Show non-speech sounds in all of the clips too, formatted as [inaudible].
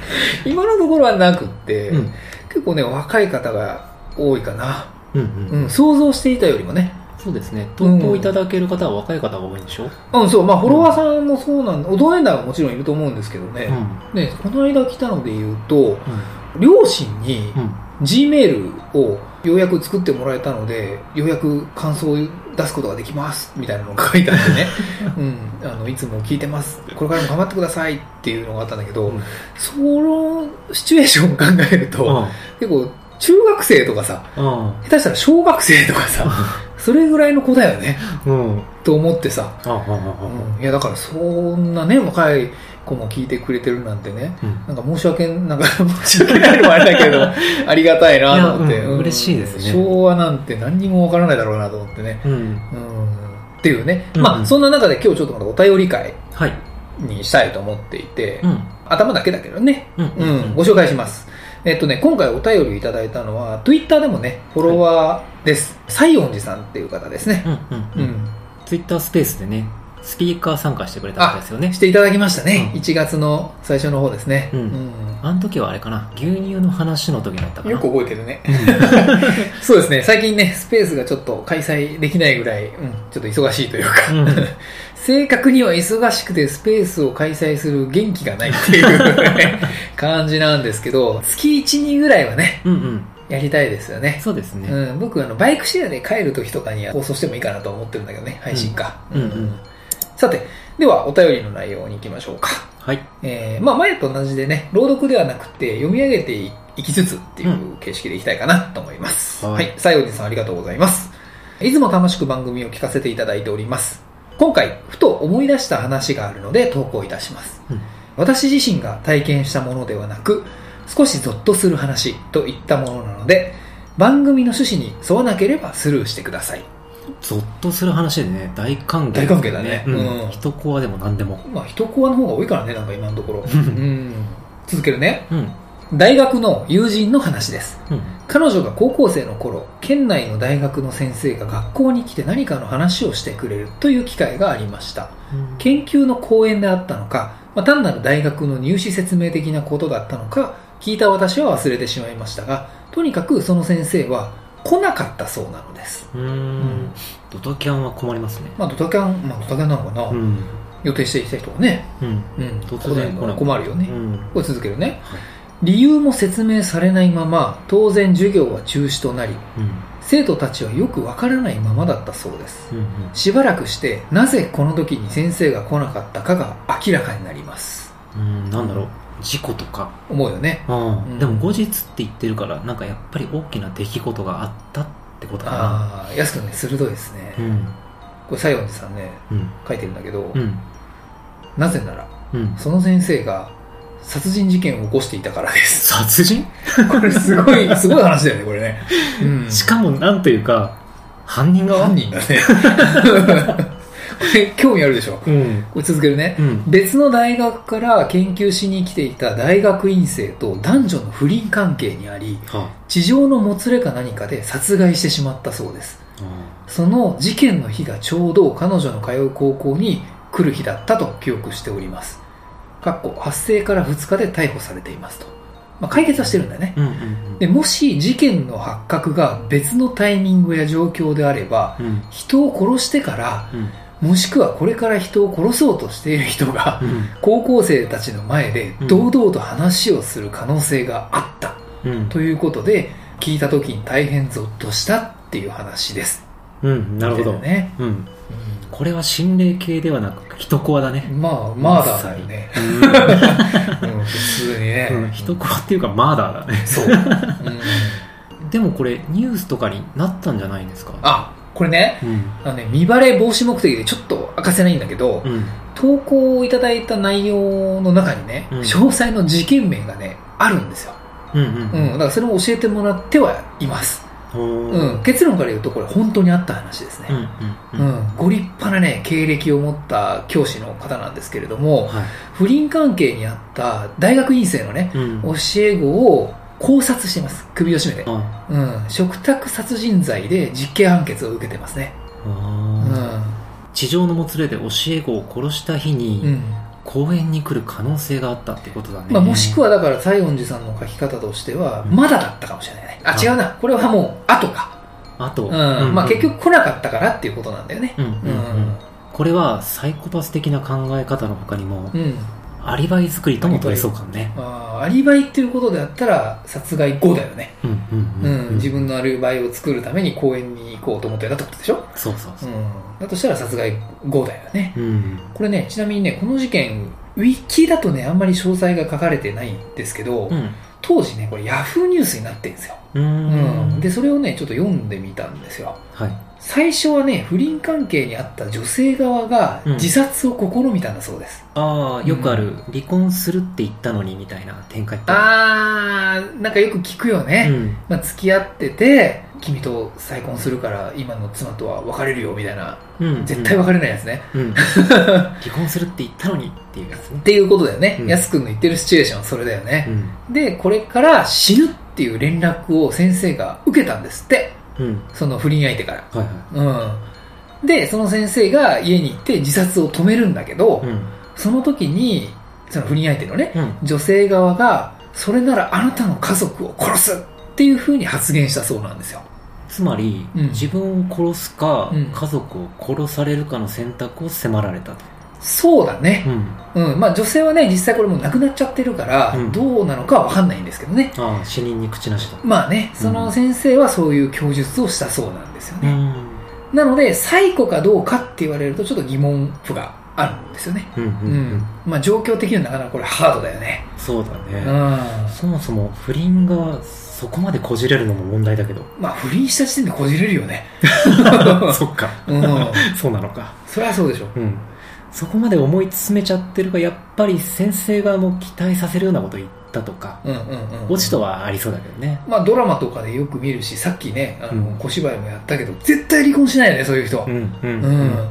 今のところはなくって、うん、結構ね、若い方が多いかな。うん、う。うんん、想像していたよりもね。そうですね。投うん稿いただける方は若い方が多いんでしょうん、そう、まあフォロワーさんもそうなんだ。同年代はもちろんいると思うんですけどね。うん、うん、ね、この間来たので言うと、両親に、うん。 Gmail をようやく作ってもらえたので、ようやく感想を出すことができます、みたいなのが書いてあってね、うん、あの、いつも聞いてます、これからも頑張ってくださいっていうのがあったんだけど、うんそのシチュエーションを考えると、結構、中学生とかさ、うん、下手したら小学生とかさ、それぐらいの子だよね、うん、うん。と思ってさ、あ、あ、うあ、ん、いや、だからそんなね、若い子も聞いてくれてるなんてね、うん。なんか申し訳、なんか申し訳ないのもあれだけ [laughs] ど、ありがたいなと思っいて。やうん嬉しいですね昭和なんて何にもわからないだろうなと思ってね。うん。うん。っていうね。うんまあ、そんな中で今日ちょっとまたお便り会はい。にしたいと思っていて、うん、頭だけだけどね。うん、う、うんご紹介します。えっとね、今回お便りいただいたのは、Twitter でもね、フォロワーです。西園寺さんっていう方ですね。ん、う。うんん。ツイッタースペースでね、スピーカー参加してくれたんですよねし。ていただきましたね。うん1月の最初の方ですね。うんあの時はあれかな、牛乳の話の時だったかな。よく覚えてるね。 [laughs] そうですね、最近ね、スペースがちょっと開催できないぐらい、うん、ちょっと忙しいというか、うん [laughs] 正確には忙しくてスペースを開催する元気がないっていう [laughs] ね感じなんですけど、月1、2ぐらいはね、うん、うん。やりたいですよね。そうですね。うん、僕あの、バイクシェアで帰る時とかには放送してもいいかなと思ってるんだけどね、配信か。うんうんうんさて、ではお便りの内容に行きましょうか。はい。えーまあ前と同じでね、朗読ではなくて読み上げていきつつっていう形式でいきたいかなと思います。うんははいい。西園寺さんありがとうございます。いつも楽しく番組を聞かせていただいております。今回、ふと思い出した話があるので投稿いたします。うん私自身が体験したものではなく、少しゾッとする話といったものなので、番組の趣旨に沿わなければスルーしてください。ゾッとする話でね、大歓迎ですね。大歓迎だねううんん。一コアでも何でも。まあ、人コアの方が多いからね、なんか今のと [laughs] ころ。うんうん。続けるね。うん。大学の友人の話です。うん。彼女が高校生の頃県内の大学の先生が学校に来て何かの話をしてくれるという機会がありました研究の講演であったのか、まあ、単なる大学の入試説明的なことだったのか聞いた私は忘れてしまいましたがとにかくその先生は来なかったそうなのです、うーん。ドタキャンは困りますね。まあ、ドタキャン、まあ、ドタキャンなのかな、うん。予定していた人はね、うん。うん、突然来来なないい困るよね、うん。これ続けるね理由も説明されないまま当然授業は中止となりうん。生徒たちはよくわからないままだったそうですうん。しばらくしてなぜこの時に先生が来なかったかが明らかになりますうん。うん。なんだろう。事故とか。思うよねうんうんでも後日って言ってるから、なんかやっぱり大きな出来事があったってことかああ安くんね鋭いですね、な。うん。これ西園寺さんねうん。書いてるんだけど、うん。なぜならうん。その先生が殺人事件を起こしていたからです [laughs] 殺人これすごいすごい話だよねこれね、うん、しかも、なんというか、犯人側犯人だね [laughs] これ興味あるでしょこうん。れ続けるねうん。別の大学から研究しに来ていた大学院生と男女の不倫関係にありは地上のもつれか何かで殺害してしまったそうですあ。その事件の日がちょうど彼女の通う高校に来る日だったと記憶しておりますかっこ発生から2日で逮捕されていますと、まあ、解決はしてるんだよねうん。うん。でもし事件の発覚が別のタイミングや状況であればうん。うん。人を殺してからうん。もしくはこれから人を殺そうとしている人がうん。高校生たちの前でうん堂々と話をする可能性があったうん。ということで聞いた時に大変ゾッとしたっていう話ですうん、なるほど。ね、うん。これは心霊系ではなく、人コアだうね。んまあマーダーだよね、うん、普通にね、 [laughs] うん、人コアっていうか、マーダーだね。そう、うん、でもこれ、ニュースとかになったんじゃないんですかあこれねうん。あのね見バレ防止目的でちょっと明かせないんだけど、うん。投稿をいただいた内容の中にね、うん詳細の事件名がねあるんですよ、うんううんん、だからそれも教えてもらってはいます、うん。ううんん、結論から言うとこれ本当にあった話ですうんね、ううんん。ご立派なね経歴を持った教師の方なんですけれどもはい。不倫関係にあった大学院生のねうん。教え子を考察してます首を絞めて、あうん、食卓殺人罪で実刑判決を受けてますね、うあん地上のもつれで教え子を殺した日に、うん公園に来る可能性があったってことだね。まあ、もしくは、はだから西園寺さんの書き方としてはうんまだだったかもしれないねああ違うなこれはもう後か、あと、うんまあ、結、局来なかったからっていうことなんだよねうんうんううんん、これはサイコパス的な考え方の他にも、うんアリバイ作りとも取れそうかもね。あーアリバイっていうことであったら殺害後だよね、うんうんううんん、うん、自分のアリバイを作るために公園に行こうと思ってたってことでしょ、そうそうそうう、ん、だとしたら殺害後だよねうんこれねちなみにねこの事件ウィキだとねあんまり詳細が書かれてないんですけど、うん当時ねこれヤフーニュースになってるんですよ、ううんんでそれをねちょっと読んでみたんですよはい最初はね不倫関係にあった女性側がうん自殺を試みたんだそうです、ああよくある、離婚するって言ったのにみたいな展開ってあーなんかよく聞くよね、うんまあ、付き合ってて君と再婚するから今の妻とは別れるよみたいなうん絶対別れないやつね、うん、 [laughs] うん、離婚するって言ったのにっていうやつねっていうことだよね、うんやすくんの言ってるシチュエーションはそれだようね、んでこれから死ぬっていう連絡を先生が受けたんですってうんその不倫相手からはいはうんでその先生が家に行って自殺を止めるんだけど、いうんその時にその不倫相手のねうん女性側がそれならあなたの家族を殺すっていうふうに発言したそうなんですよつまり、うん自分を殺すか、うん家族を殺されるかの選択を迫られたと、そうだねうん、うん、まあ女性はね、実際これもう亡くなっちゃってるから、うんどうなのかはわかんないんですけどね。ああ死人に口なしだまあね、その先生はそういう供述をしたそうなんですよね。なので、サイコかどうかって言われるとちょっと疑問符があるんですよね。うんうんう。うんん、うん、まあ状況的にはなかなかこれハードだよね。そうだね、うん。そもそも不倫がそこまでこじれるのも問題だけどまあ不倫した時点でこじれるよね。 [laughs] そっかうん。そうなのかそれはそうでしょ。うんそこまで思い詰めちゃってるがやっぱり先生側も期待させるようなこと言ったとかうんうんうん。落ちとはありそうだけどねまあドラマとかでよく見るし、さっきね、あのうん小芝居もやったけど、絶対離婚しないよね、そういう人は。んううん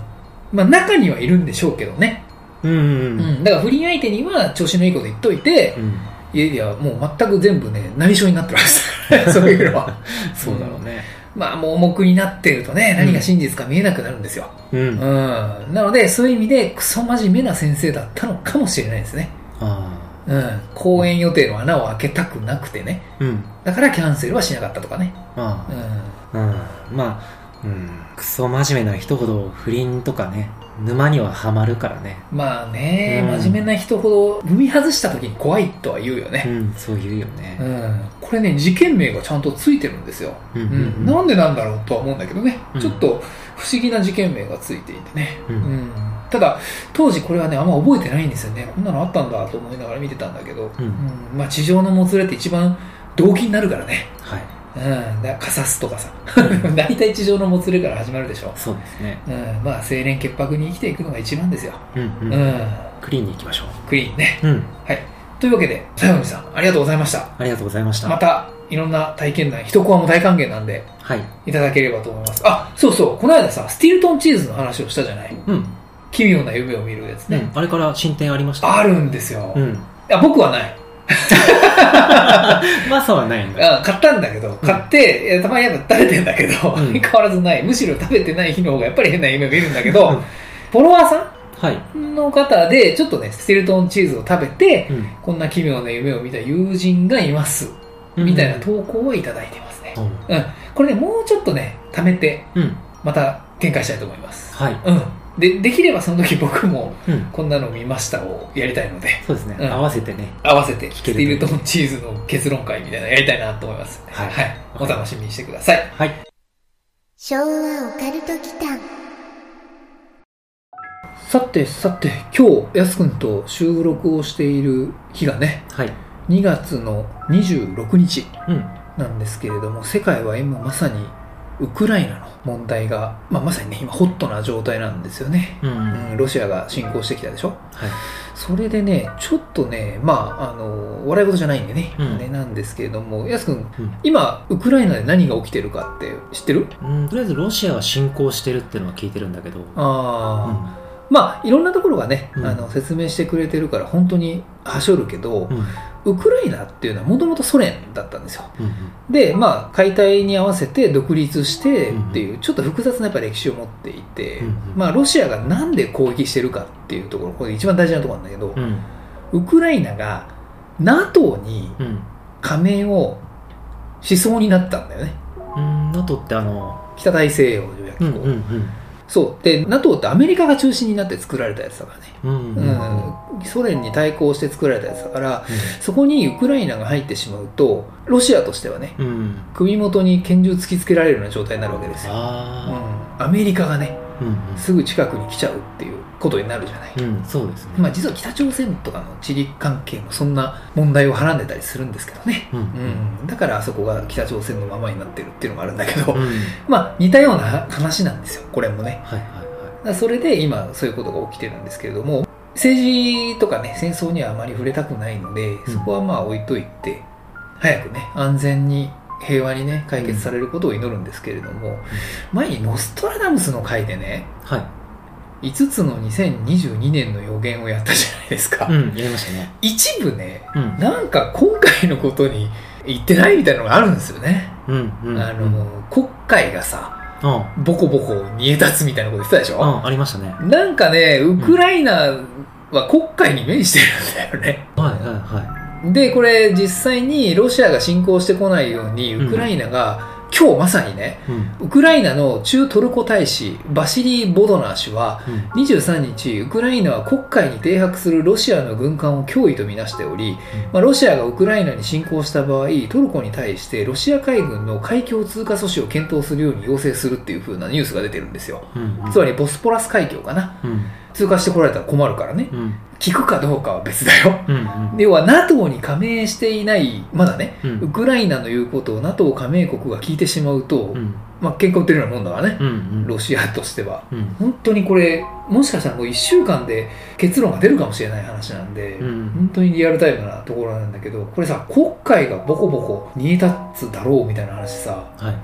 まあ中にはいるんでしょうけどね、うんうんうんうん、だから不倫相手には調子のいいこと言っといて、うん家ではもう全く全部ね内緒になってます [laughs] そういうのはそうだろうねまあ盲目になってるとね何が真実か見えなくなるんですよ、うん、うんあなのでそういう意味でクソ真面目な先生だったのかもしれないですね、あうん、公演予定の穴を開けたくなくてねうんだからキャンセルはしなかったとかね、まうん、あうんまあうんクソ真面目な人ほど不倫とかね沼にはハマるからねまあね、うん真面目な人ほど踏み外した時に怖いとは言うよね、うんそう言うよねうんこれね事件名がちゃんとついてるんですよ、うんうんなんでなんだろうとは思うんだけどね、うんちょっと不思議な事件名がついていてね、ううんんただ当時これはねあんま覚えてないんですよねこんなのあったんだと思いながら見てたんだけど、うんうんまあ、地上のもつれって一番動機になるからね、 [laughs] はいうん、だからカサスとかさ [laughs] 大体地上のもつれから始まるでしょ、そうですねうんまあ、清廉潔白に生きていくのが一番ですよ、うんううんんクリーンに行きましょクリーンねううんはいというわけで西園寺さんありがとうございましたありがとうございましたまたいろんな体験談一コアも大歓迎なんではいいただければと思いますあそうそうこの間さスティルトンチーズの話をしたじゃないうん奇妙な夢を見るやつね、うん、あれから進展ありましたあるんですよ、ういん。や僕はないマサはないんだ。あ買ったんだけど買って、いやたまにやっぱ食べてんだけど、うん [laughs] 変わらずないむしろ食べてない日の方がやっぱり変な夢を見るんだけど、フォロワーさはい。んの方でちょっとねスティルトンチーズを食べてうん。こんな奇妙な夢を見た友人がいます、みたいな投稿をいただいてますね、うん。これねもうちょっとね貯めてうん。また展開したいと思いますはい。うん。で、できればその時僕もうん。こんなの見ましたをやりたいので、そうですね。うん合わせてね。合わせて、ス聞テけィルるとトンチーズの結論会みたいなのやりたいなと思います、はいお楽しみにしてください。はい。昭和オカルト祈間さてさて今日やすくんと収録をしている日がねはい2月の26日うんなんですけれども世界は今まさにウクライナの問題が、まあ、まさにね今ホットな状態なんですよね、うんうんうん、ロシアが侵攻してきたでしょはいそれでねちょっとねまああの笑い事じゃないんでね、うんねなんですけれどもやすくんうん今ウクライナで何が起きてるかって知ってるうん、とりあえずロシアが侵攻してるっていうのは聞いてるんだけど、ああ、うまあいろんなところがね、うんあの説明してくれてるから本当にはしょるけどん、う、んウクライナっていうのはもともとソ連だったんですようんでまあ解体に合わせて独立してっていう、うちょっと複雑なやっぱ歴史を持っていて、うんまあロシアがなんで攻撃してるかっていうところこれ一番大事なところなんだけど、うんうんウクライナが NATO にうん加盟をしそうになったんだよねうん、NATO ってあの、北大西洋条約機構、んそうで NATO ってアメリカが中心になって作られたやつだからねうんうんうん、ソ連に対抗して作られたやつだからそこにウクライナが入ってしまうとロシアとしてはねうんうん首元に拳銃突きつけられるような状態になるわけですよ、うあん、アメリカがねあうんすぐ近くに来ちゃうっていうことになるじゃない、うんうんそうですねまあ、実は北朝鮮とかの地理関係もそんな問題をはらんでたりするんですけどね、うんうん、だからあそこが北朝鮮のままになってるっていうのもあるんだけど、うんはい [laughs] まあ似たような話なんですよこれもねはいだはからそれで今そういうことが起きてるんですけれども政治とかね戦争にはあまり触れたくないのでんそこはまあ置いといて、早くね安全に平和にね解決されることを祈るんですけれども、前に「ノストラダムス」の回でねいは5つの2022年の予言をやったじゃないですか、いうんやりましたね一部ねうんなんか今回のことに言ってないみたいなのがあるんですよね、うんうんあうんの国会がさあボコボコ煮え立つみたいなこと言ってたでしょ、あありましたねなんかね、ウクライナは国会に面してるんだよね。はいはいはで、これ実際にロシアが侵攻してこないように、ウクライナが、今日まさにね、いうんウクライナの駐トルコ大使、バシリー・ボドナー氏は、うん23日、ウクライナは国会に停泊するロシアの軍艦を脅威とみなしており、まあ、ロシアがウクライナに侵攻した場合、トルコに対してロシア海軍の海峡通過阻止を検討するように要請するっていう風なニュースが出てるんですよ。うんうんつまりボスポラス海峡かな。うん通過してこられたら困るからねうん聞くかどうかは別だようんうん要は NATO に加盟していないまだねうんウクライナの言うことを NATO 加盟国が聞いてしまうと、うんまあ喧嘩売ってるようなもんだからねうんうんロシアとしてはうん本当にこれもしかしたらもう1週間で結論が出るかもしれない話なんで、うん本当にリアルタイムなところなんだけどこれさ国会がボコボコ煮え立つだろうみたいな話さはい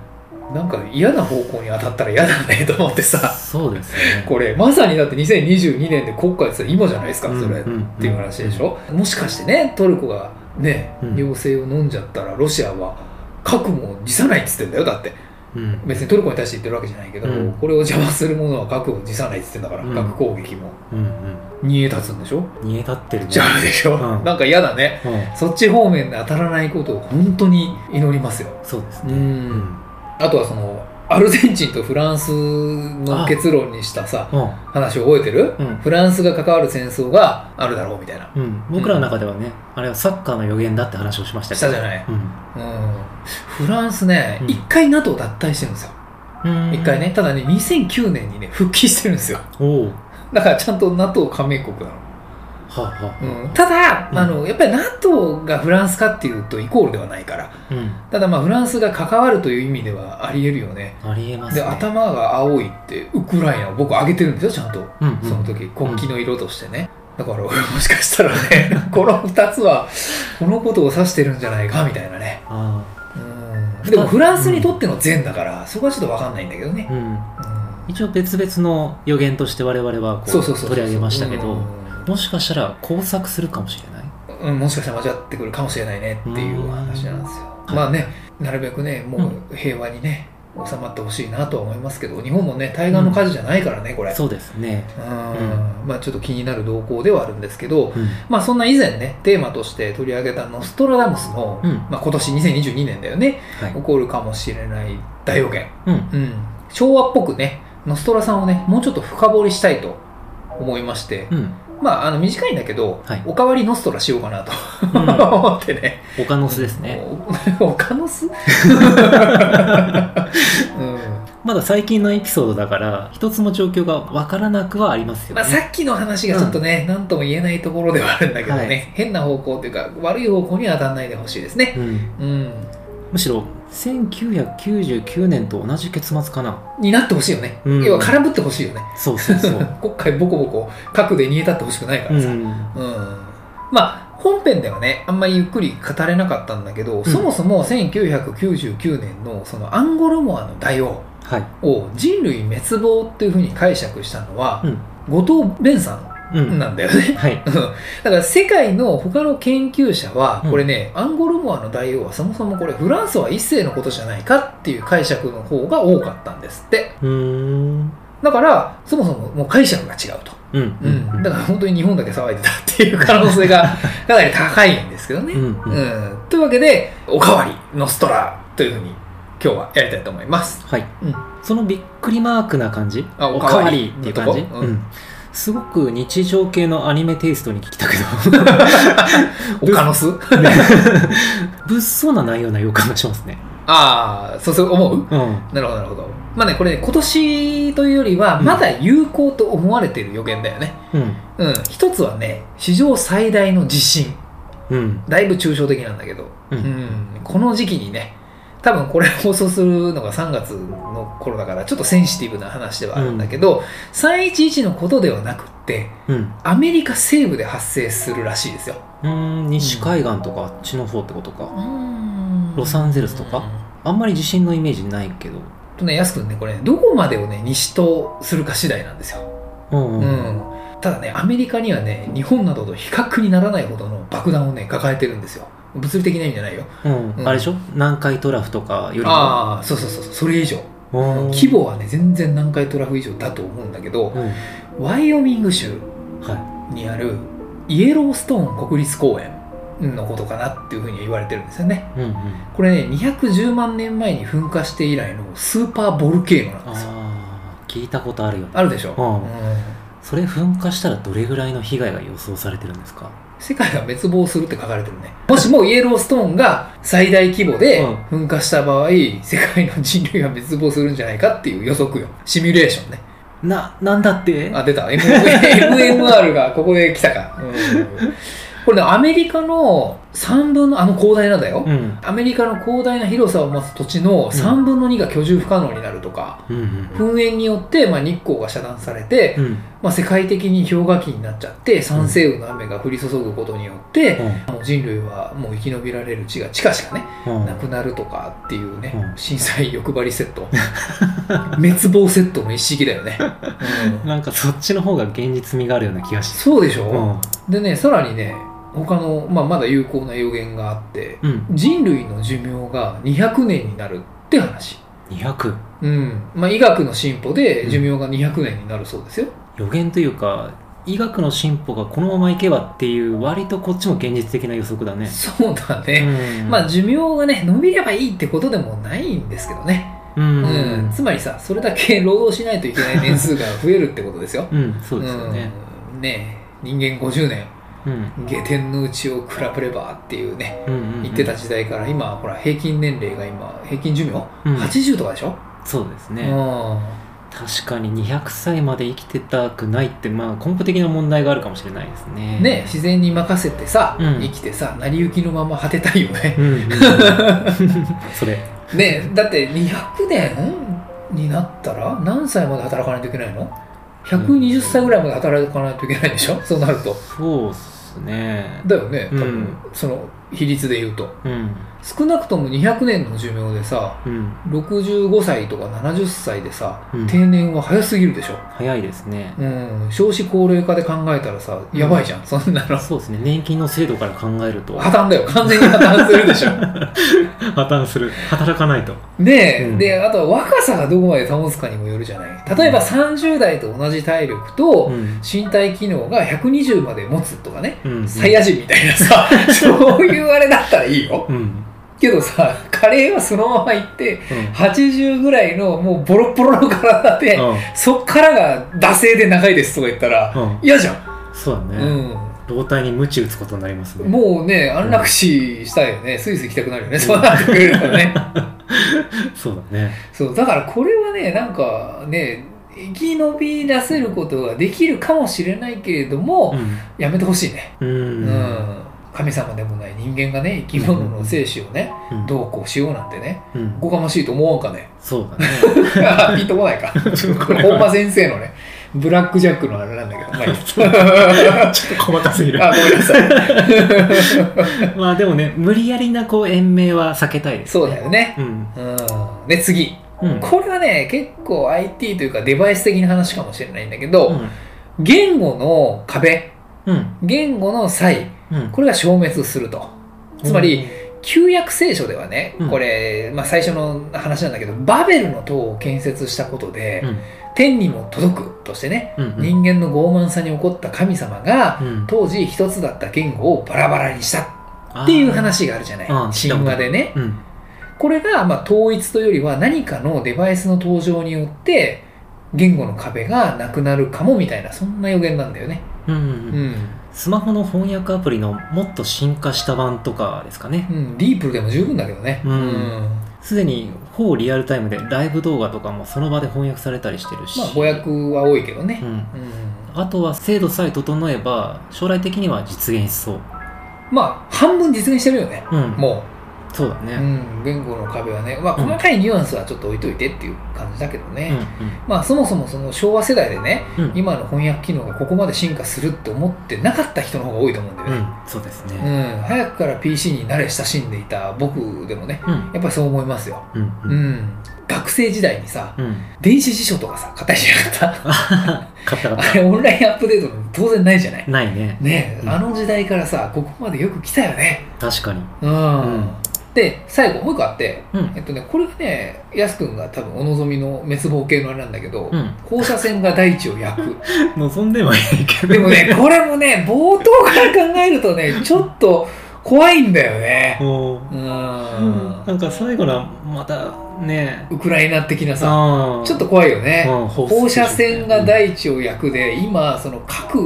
なんか嫌な方向に当たったら嫌だねと思ってさそうですねこれまさにだって2022年で国会ってさ今じゃないですかそれ、うんんっていう話でしょ、もしかしてねトルコがねうん要請を飲んじゃったらロシアは核も辞さないっつってんだよだってうん別にトルコに対して言ってるわけじゃないけど、うんこれを邪魔する者は核を辞さないっつってんだから、うん核攻撃もうん煮え立つんでしょうん煮え立ってるねじゃあでしょ、うんなんか嫌だねうんそっち方面で当たらないことを本当に祈りますよそうですうねうんあとはそのアルゼンチンとフランスの結論にしたさうん話覚えてるうんフランスが関わる戦争があるだろうみたいなうん、僕らの中ではね、あれはサッカーの予言だって話をしましたしたじゃい。ないうんうんフランスねう、ん一、回 NATO 脱退してるんですよ。うん一回。ね。ただね、2009年にね、復帰してるんですよ。おお。はだからちゃんと NATO 加盟国なの。あ、はうん、ただ、うんあの、やっぱり NATO がフランスかっていうとイコールではないから。あ、うん。ただまあ、フランスが関わるという意味ではあり得るよね。ありえますね。で、頭が青いって、ウクライナを僕上げてるんですよ、ちゃんと。うん、うん、その時、国旗の色としてね。だから、俺もしかしたら [laughs] ね、この二つは、このことを指してるんじゃないか、みたいなね。あうんでもフランスにとっての善だから、そこはちょっと分かんないんだけどねあ、、うん。うん一応別々の予言として我々はこうそうそうそう取り上げましたけど、うんもしかしたら工作するかもしれない。うんもしかしたら間違ってくるかもしれないねっていう話なんですよ、うんまあねなるべくねもう平和にね収まってほしいなとは思いますけど日本もね対岸の火事じゃないからねこれ、そうですね。うんまあちょっと気になる動向ではあるんですけど、うん。まあそんな以前ねテーマとして取り上げたノストラダムスの、うん。まあ、今年2022年だよねはい起。こるかもしれない大予言うん。うん、昭和っぽくねノストラさんをねもうちょっと深掘りしたいと思いまして、うん。まああの短いんだけど、はいおかわりノストラしようかなとうん思ってね [laughs] [laughs] 他の巣ですね。おおかのす、うんまだ最近のエピソードだから一つも状況がわからなくはありますよまね、あ、さっきの話がちょっとね、なんとも言えないところではあるんだけどね、はい変な方向というか、悪い方向には当たらないでほしいですね。うん、うん。むしろ1999年と同じ結末かなになってほしいよね。うん要は空振ってほしいよね。そうそうそう [laughs] 国会ボコボコ、核で煮え立ってほしくないかうらさ。うん。んまあ、本編ではね、あんまりゆっくり語れなかったんだけど、そもそも1999年のそのアンゴルモアの大王はいを人類滅亡っていうふうに解釈したのはう、後藤弁さうんん、なんだよね。 [laughs] はいうんだから世界の他の研究者は、うんこれね、アンゴルモアの大王はそもそもこれフランスは一世のことじゃないかっていう解釈の方が多かったんですって。うーんだから、そもそももう解釈が違うと。うんううんん。だから本当に日本だけ騒いでたっていう可能性 [laughs] がかなり高いんですけどね。ううん。んうんというわけで、おかわりノストラというふうに今日はやりたいと思い [laughs] ます。はい、うんそのびっくりマークな感じあおかわりおっていうかわり感じ、のとこううんんすごく日常系のアニメテイストに聞きたけど [laughs] おかのす物騒な内容な予感がしますねああ、そうそう思ううんなるほど、なるほど。まあね、これね、今年というよりは、うんまだ有効と思われている予言だよね。うんうん。一つはね、史上最大の地震。うんだいぶ抽象的なんだけど、うんこの時期にね、多分これ放送するのが3月の頃だから、ちょっとセンシティブな話ではあるんだけど、311のことではなくって、うんアメリカ西部で発生するらしいですよ。うーん西海岸とかあっちの方ってことかロンサンゼルスとかあんまり地震のイメージないけどとね、安くんね、これね、どこまでをね、西とするか次第なんですよ。うんうんうん、ただね、アメリカにはね、日本などと比較にならないほどの爆弾をね、抱えてるんですよ。物理的な意味じゃないよ。うんうんあれでしょ南海トラフとかよりもああ、そうそうそうそう、それ以上。うん規模はね、全然南海トラフ以上だと思うんだけどう、んワイオミング州はにあるイエローストーン国立公園のことかなっていうふうに言われてるんですよね。いうんうんこれね、210万年前に噴火して以来のスーパーボルケーノなんですよ。ああ聞いたことあるよあるでしょ、うんうんそれ噴火したらどれぐらいの被害が予想されてるんですか世界が滅亡するって書かれてるね。もしもイエローストーンが最大規模でうん噴火した場合、世界の人類が滅亡するんじゃないかっていう予測よ。シミュレーションね。な、なんだってあ、出た。M- MMR がここで来たか。うんこれね、アメリカの3分の、あの広大なんだよ。うん。アメリカの広大な広さを持つ土地の3分の2が居住不可能になるとか、うんうん。噴煙によって、まあ、日光が遮断されて、うん。うん。まあ、世界的に氷河期になっちゃって酸性雨の雨が降り注ぐことによって、もう人類はもう生き延びられる地が近々ねうんなくなるとかっていうね、うん震災欲張りセッ [laughs] ト滅亡セットの一式だよね、うんなんかそっちの方が現実味があるような気がして。そうでしうょ、ん。でねさらにね他の、まあ、まだ有効な予言があってうん。人類の寿命が200年になるって話200。うんまあ、医学の進歩で寿命が200年になるそうですよ、予言というか、医学の進歩がこのままいけばっていう、割とこっちも現実的な予測だね。そうだね、うんまあ、寿命がね伸びればいいってことでもないんですけどね、うん。うんつまりさそれだけ労働しないといけない年数が増えるってことですようん、そうですよね。うんねえ人間50年うん。下天のうちを比べればっていうねうんうんうん言ってた時代から今ほら平均年齢が今平均寿命、うん80とかでしょ、そうですうね。ん確かに200歳まで生きてたくないって、まあ、根本的な問題があるかもしれないですね。ねえ自然に任せてさ、うん生きてさ成り行きのまま果てたいよね [laughs] うんうんうんそれ。ねえだって200年になったら何歳まで働かないといけないの ?120 歳ぐらいまで働かないといけないでしょそうなるとそうっすね。だよね多分、うんその比率で言うとうん。少なくとも200年の寿命でさうん。 65歳とか70歳でさ、うん定年は早すぎるでしょ早いですね。うん少子高齢化で考えたらさやばいじゃん、そんなのそうですね。年金の制度から考えると、破破綻だよ完全に破綻する [laughs] でしょ綻する。働かないと。ねえ、うんであとは若さがどこまで保つかにもよるじゃない例えば30代と同じ体力と、うん。身体機能が120まで持つとかね、うん。サイヤ人みたいな [laughs] さ、そういうあれだったらいいよ。うん。うん。けどさ、カレーはそのまま行って、80ぐらいのもうボロッボロの体で、そっからが惰性で長いですとか言ったら、うん。うん。嫌じゃん。そうだうね。ん。老体に鞭打つことになりますね。もうね、安楽死したいよね。スイス行きたくなるよね、そうなってくるとね。そうだね。そうだからこれはねなんかね生き延び出せることができるかもしれないけれども、やめてほしいね、うん。ううんん。神様でもない人間がね生き物の生死をね、うんどうこうしようなんてねうん。おこがましいと思わんかねそうだ [laughs] ね。ピンとこないかこれ本間先生のねブラックジャックのあれなんだけどまあいいや [laughs] ちょっと細かすぎる。 [laughs] あごめんなさいまあでもね、無理やりなこう延命は避けたいです。そうだよねうん。うんで次うん。これはね結構 IT というかデバイス的な話かもしれないんだけど、うん。言語の壁うん。言語の差異うん。これが消滅するとつまり、旧約聖書ではねうんこれ、まあ、最初の話なんだけどバベルの塔を建設したことで、うん。天にも届くとしてねうん。人間の傲慢さに怒った神様がうん。当時一つだった言語をバラバラにしたっていう話があるじゃないあー神話でねあー。うん。これがまあ統一というよりは何かのデバイスの登場によって言語の壁がなくなるかもみたいなそんな予言なんだよね。うんううんんスマホの翻訳アプリのもっと進化した版とかですかねうん、ディープルでも十分だけどね。うんんすでにほぼリアルタイムでライブ動画とかもその場で翻訳されたりしてるしまあ語訳は多いけどうね。んうんあとは制度さえ整えば将来的には実現しそうまあ半分実現してるよね。うんもそうだう、ねうん、言語の壁はね、まあ、細かいニュアンスはちょっと置いといてっていう感じだけどね、まあ、そもそもその昭和世代でねうんうん今の翻訳機能がここまで進化するって思ってなかった人の方が多いと思うんだようね、んそうですうねん、早くから PC に慣れ親しんでいた僕でもねうんやっぱりそう思いますよ、うんううんん、学生時代にさうん電子辞書とかさ買ったりしなかっ買った買ったあれオンラインアップデートなんて当然ないじゃないたないねねえ、うんあの時代からさここまでよく来たよね確かにうん、うんで最後もう一個あってうんえっとねこれがねやすくんが多分お望みの滅亡系のあれなんだけど、うん放射線が大地を焼く望んではい [laughs] いけどでもねこれもね冒頭から考えるとねちょっと怖いんだよねおーうんなんか最後のはまたねウクライナ的なさあーちょっと怖いよね、うん放射線が大地を焼くで今その核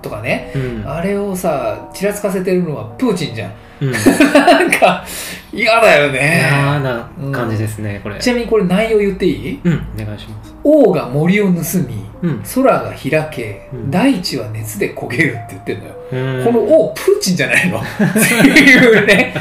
とかねうんあれをさちらつかせてるのはプーチンじゃん [laughs] うんなんか嫌だよね嫌な感じですね、これ。ちなみにこれ内容言っていいうん、お願いします。王が森を盗みうん。空が開け、うん大地は熱で焦げるって言ってるのよ、このお王プーチンじゃ [laughs] ないのっていうね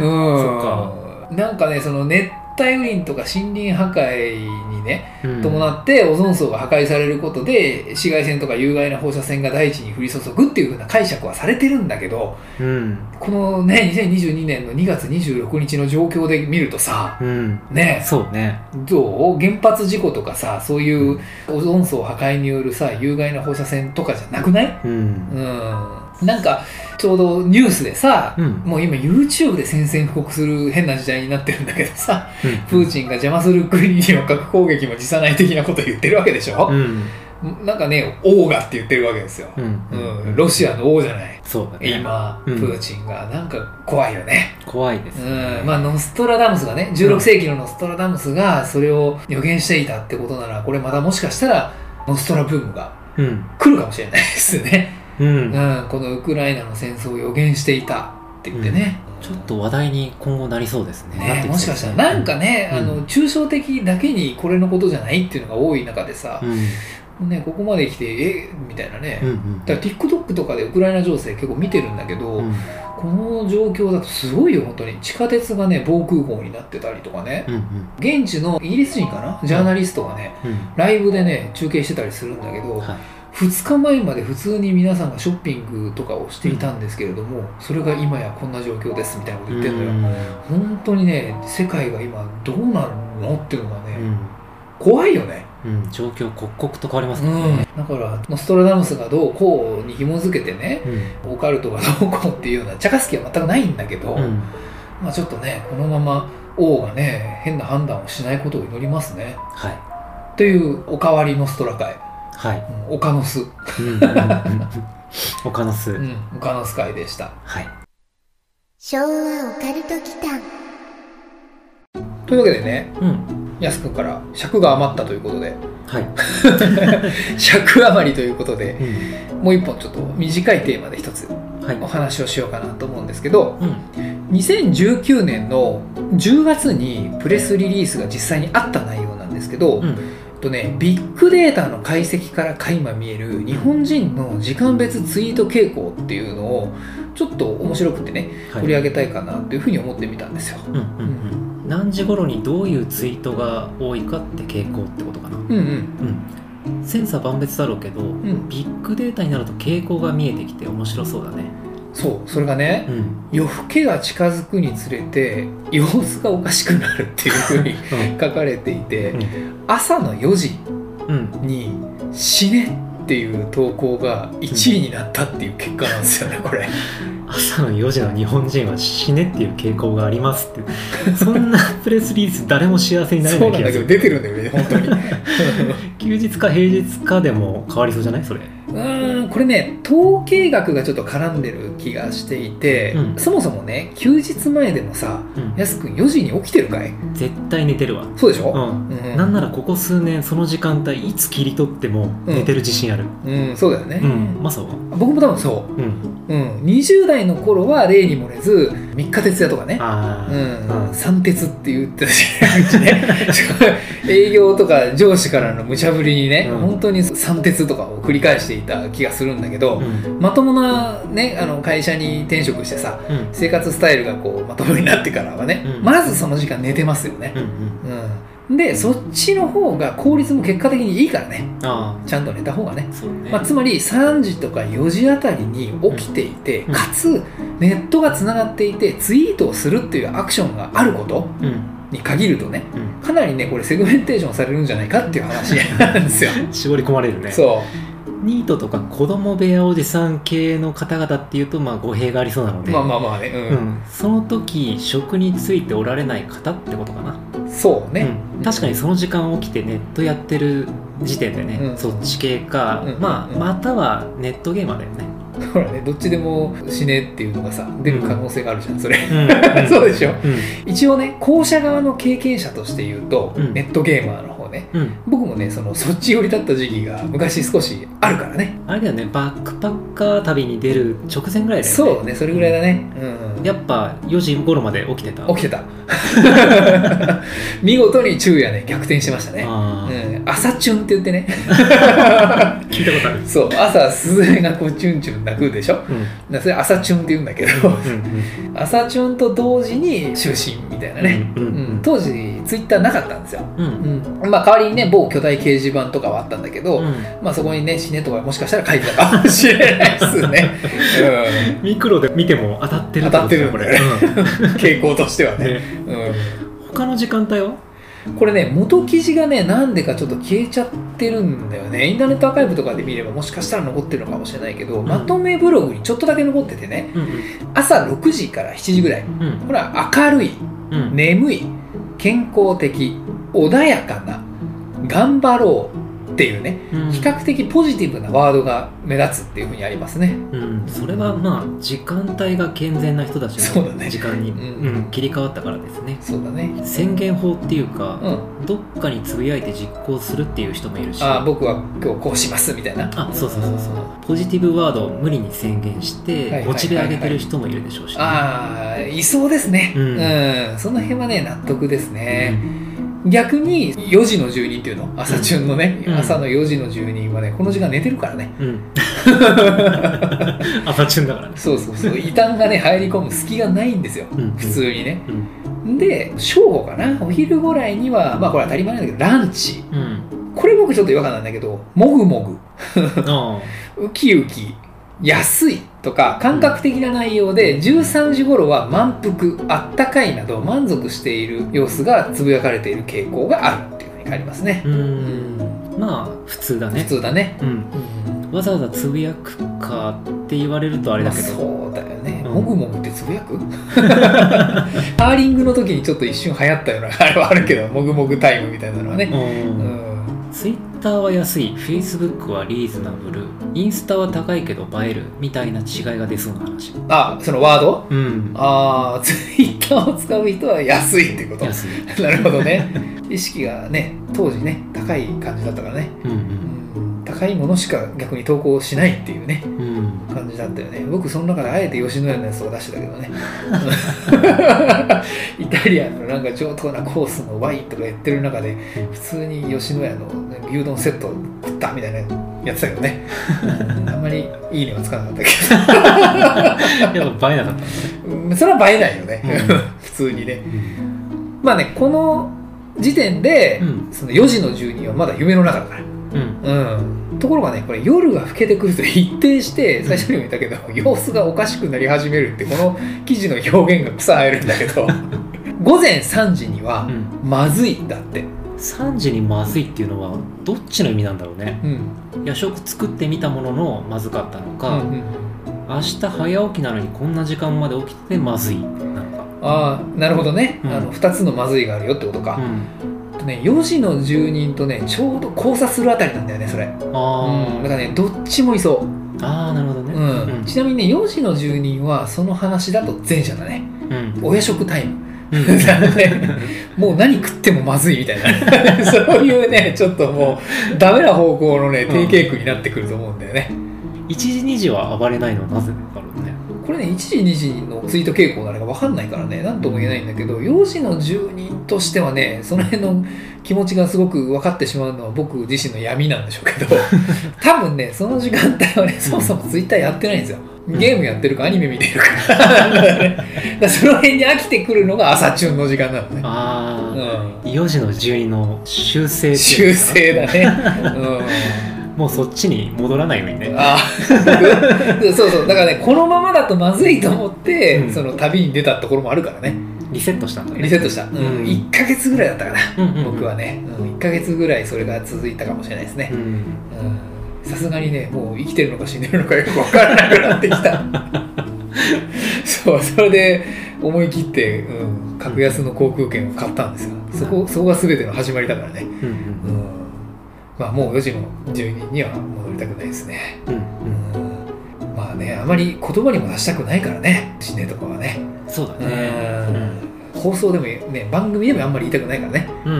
うんそなんかねその熱帯雨林とか森林破壊にねっ伴ってオゾン層が破壊されることで紫外線とか有害な放射線が大地に降り注ぐっていうふうな解釈はされてるんだけどて、うん。このね2022年の2月26日の状況で見るとさうん。ねそうね。どう原発事故とかさそういうオゾン層破壊によるさ有害な放射線とかじゃなくないうんう。んなんかちょうどニュースでさ、うんもう今 YouTube で宣戦布告する変な時代になってるんだけどさプうんーチンが邪魔する国には核攻撃も辞さない的なこと言ってるわけでしょう、ん。なんかね王がって言ってるわけですよ、うん。うんロシアの王じゃないそうだね。今、うんプーチンがなんか怖いよね怖いですね。うんまあ、ノストラダムスがね16世紀のノストラダムスがそれを予言していたってことならこれまたもしかしたらノストラブームがうん。来るかもしれないですね、う。うんん、このウクライナの戦争を予言していたって言ってね、ちょっと話題に今後なりそうですね。なねってき、そうもしかしたらなんかね、うんあの抽象的だけにこれのことじゃないっていうのが多い中でさう、ん。ね、ここまで来てえみたいなね、うん。うん。だから TikTok とかでウクライナ情勢結構見てるんだけど、うん。この状況だとすごいよ本当に地下鉄がね防空壕になってたりとかね、うん。うん。現地のイギリス人かなジャーナリストがねうん。ライブでね中継してたりするんだけど、はい2日前まで普通に皆さんがショッピングとかをしていたんですけれども、それが今やこんな状況ですみたいなこと言ってるのよ、本当にね世界が今どうなるのっていうのがね、うん。怖いよね、うん。状況刻々と変わりますうからんね。だからノストラダムスがどうこうに紐づけてねうん。オカルトがどうこうっていうような茶化す気は全くないんだけど、うん。まあちょっとねこのまま王がね変な判断をしないことを祈りますねはい。というおかわりのストラ会はい。うん、オカノス、うんうんうん。他のう数。ん、オカノス会でした。はい。昭和オカルト祈間というわけでね、うん。安くんから尺が余ったということではい、尺余りということでうもう一本ちょっと短いテーマで一つん、はいお話をしようかなと思うんですけどうん2019年の10月にプレスリリースが実際にあった内容なんですけど、うんえっとね、ビッグデータの解析から垣間見える日本人の時間別ツイート傾向っていうのをちょっと面白くてねはい取り上げたいかなというふうに思ってみたんですよ。うんうんうん何時頃にどういうツイートが多いかって傾向ってことかなうんうんうん千差万別だろうけどうん、ビッグデータになると傾向が見えてきて面白そうだねそうそれがねうん、うん、夜更けが近づくにつれて様子がおかしくなるっていうふ [laughs] うに書かれていて朝の4時うん、に「死ね」っていう投稿が1位になったっていう結果なんですよねこれ。朝の4時の日本人は死ねっていう傾向がありますってそんなプレスリリース誰も幸せになれそなういなんだけ気がすどる出てるんだよね本 [laughs] 当に。休日か平日かでも変わりそうじゃないそれうーんこれね統計学がちょっと絡んでる気がしていて、うんそもそもね休日前でもさうんやすくん4時に起きてるかい絶対寝てるわそうでしうょ、んうんうんなんならここ数年その時間帯いつ切り取っても寝てる自信あるうん、そうだよね、うん、まさは僕も多分そうんう、うん、20代の頃は例に漏れず3日徹夜とかねあうあん、三鉄って言ってたし、ね、 [laughs] 営業とか上司からの無茶ぶりにね、うん本当に三鉄とかを繰り返していた気がするんだけど、うんまともな、ね、あの会社に転職してさ、うん生活スタイルがこうまともになってからはね、うんまずその時間寝てますよねう、んうん、でそっちの方が効率も結果的にいいからねあちゃんと寝た方がねあ、そうねまあ、つまり3時とか4時あたりに起きていて、うんかつネットがつながっていてツイートをするっていうアクションがあることうんに限るとねうんかなりねこれセグメンテーションされるんじゃないかっていう話なんですよ絞り込まれる [laughs] ねそニートとか子供部屋おじさん系の方々っていうとまあ語弊がありそうなのうでまあまあまあね、うんうん、その時職についておられない方ってことかな、そうね、うん、確かにその時間起きてネットやってる時点でね、うんそっち系か、うんまうあんまたはネットゲーマーだよね、ほらねどっちでも死ねっていうのがさ出る可能性があるじゃんそれ [laughs] う [laughs] んそうでしょうん一応ね後者側の経験者として言うと、うんネットゲーマーの方ねうん、僕もねそのそっち寄りだった時期が昔少しあるからねあれだよねバックパッカー旅に出る直前ぐらいだよねそうねそれぐらいだね、うんうんやっぱ4時頃まで起きてた起きてた [laughs] 見事に昼夜ね逆転してましたね、あーうん、朝チュンって言ってね [laughs] 聞いたことあるそう朝スズメがこうチュンチュン鳴くでしょなそれ朝チュンって言うんだけどう朝チュンと同時に就寝みたいなんね、うんううんん当時ツイッターなかったんですよ、うんううんんまあ、代わりにね某巨大掲示板とかはあったんだけど、うんまあ、そこにね死ねとかもしかしたら書いてたかもしれないですね、ミクロで見ても当たってることですよ当たってるうん、傾向としてはこね、れ、[laughs] ね、うん他の時間帯はこれね元記事がねなんでかちょっと消えちゃってるんだよねインターネットアーカイブとかで見ればもしかしたら残ってるのかもしれないけど、んまとめブログにちょっとだけ残っててねうん朝6時から7時ぐらいうんうんこれは明るいうん眠い健康的穏やかな頑張ろうっていうねうん比較的ポジティブなワードが目立つっていうふうにありますねうん、それはまあ時間帯が健全な人たちそうだのね時間に、うんうん切り替わったからですねそうだね宣言法っていううか、んどっかにつぶやいて実行するっていう人もいるしあ僕は今日こうしますみたいなあそうそうそうそうポジティブワードを無理に宣言しはいはいはいはていモチベ上げてる人もいるでしょうし、ああいそうですねう、うんその辺はね納得ですね、逆に4時の住人っていうの朝中のね、うん朝の4時の住人はねこの時間寝てるからねうん、 [laughs] うん、朝チュンだからね、そうそうそう異端がね入り込む隙がないんですようん、普通にねうんで正午かなお昼ぐらいにはまあこれ当たり前なんだけどランチうんこれ僕ちょっと違和感なんだけどもぐもあぐウキウキ安いとか感覚的な内容で13時頃は満腹あったかいなど満足している様子がつぶやかれている傾向があるっていうふうに書いてますねーううんんまあ普通だ普ね通だねうんわざわざつぶやくかって言われるとああれだけど、そうだよね、うんもぐもぐってつぶやく [laughs] カーリングの時にちょっと一瞬流行ったようなあれはあるけどもぐもぐタイムみたいなのはね、ううんん、ツイッターは安い、フェイスブックはリーズナブル、インスタは高いけど映えるみたいな違いが出そうな話。あそのワードうん。ああツイッターを使う人は安いってこと安い。なるほどね意識がね当時ね高い感じだったからね、うんうん高いものしか逆に投稿しないっていうねうん [laughs] うん感じだったよね僕その中であえて吉野家のやつを出してたけ [laughs] どねイタリアンのなんか上等なコースのワインとかやってる中で普通に吉野家の牛丼セットを食ったみたいなやつだけど [laughs] ねうんあんまりいいねはつかなかったけやっぱ映えなかったんだねど [laughs] うんそれは映えないよね、うん普通にねうんまあねこの時点で、うんその4時の住人はまだ夢の中だからうんうん、ところがねこれ夜が更けてくると一定して最初にも言ったけど、様子がおかしくなり始めるってこの記事の表現が草生えるんだけ [laughs] ど午前3時にはうんまずいんだって、 3時にまずいっていうのはどっちの意味なんだろうねうん夜食作ってみたもののまずかったのうか、んうん明日早起きなのにこんな時間まで起きててまずいなのかああなるほどね、うんあの2つのまずいがあるよってことかう、んとね4時の住人とねちょうど交差するあたりなんだよねそれ、あうん、だからねどっちもいそう、ー、あーなるほどねうんうんちなみにね4時の住人はその話だと前者だねうんお夜食タイムうん [laughs] なのでもう何食ってもまずいみたいな [laughs] そういうねちょっともうダメな方向のねうん定型句になってくると思うんだよね、 1時2時は暴れないのはなぜだろうねこれね1時2時のツイート傾向なのか分かんないからね何とも言えないんだけど4時の住人としてはねその辺の気持ちがすごく分かってしまうのは僕自身の闇なんでしょうけど多分ねその時間帯はねそもそもツイッターやってないんですようんゲームやってるかアニメ見てるかだからその辺に飽きてくるのが朝中の時間なのね、ああ、うん4時の住人の修正っていう修のかな正だね。もうそっちに戻らないようにうねん、あー [laughs] そうそうだからねこのままだとまずいと思って、うんその旅に出たところもあるからねリセットしたんだねリセットした、うんうん1ヶ月ぐらいだったかな、うんうんうん僕はね、うん、1ヶ月ぐらいそれが続いたかもしれないですねうんうんさすがにねもう生きてるのか死んでるのかよく分からなくなってきた [laughs] そうそれで思い切って、うん、格安の航空券を買ったんですよそこそこが全ての始まりだからねうんうんうんまあもう4時の住人には戻りたくないですね。うんううんんまあね、あまり言葉にも出したくないからね、死ねとかはね。そうだうねん放送でもね、番組でもあんまり言いたくないからね。うん、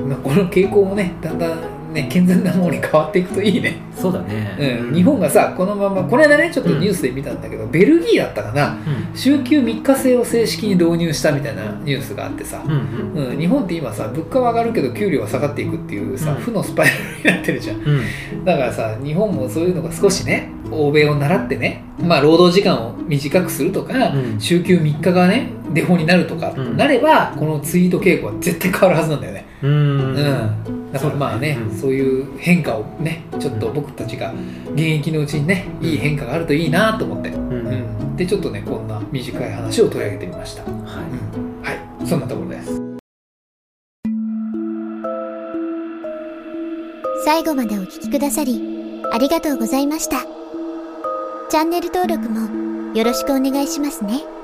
うんまあ、この傾向もね、だんだんね、健全なものに変わっていくといいね。そうだね、うん、日本がさ、このまま、この間ね、ちょっとニュースで見たんだけど、ベルギーだったかな、うん週休3日制を正式に導入したみたいなニュースがあってさ、うんうんうん、日本って今さ物価は上がるけど給料は下がっていくっていうさ、うん負のスパイラルになってるじゃんうんだからさ日本もそういうのが少しね欧米を習ってね、まあ、労働時間を短くするとか、うん週休3日がねデフォになるとか、うんなればこのツイート傾向は絶対変わるはずなんだよね、うんうんだからまあねそうそうだねいうんう変化をねちょっと僕たちが現役のうちにねいい変化があるといいなと思って、ううんん、でちょっとねこんな短い話を取り上げてみました、うん、はいはいそんなところです最後までお聞きくださり、ありがとうございました。チャンネル登録もよろしくお願いしますね。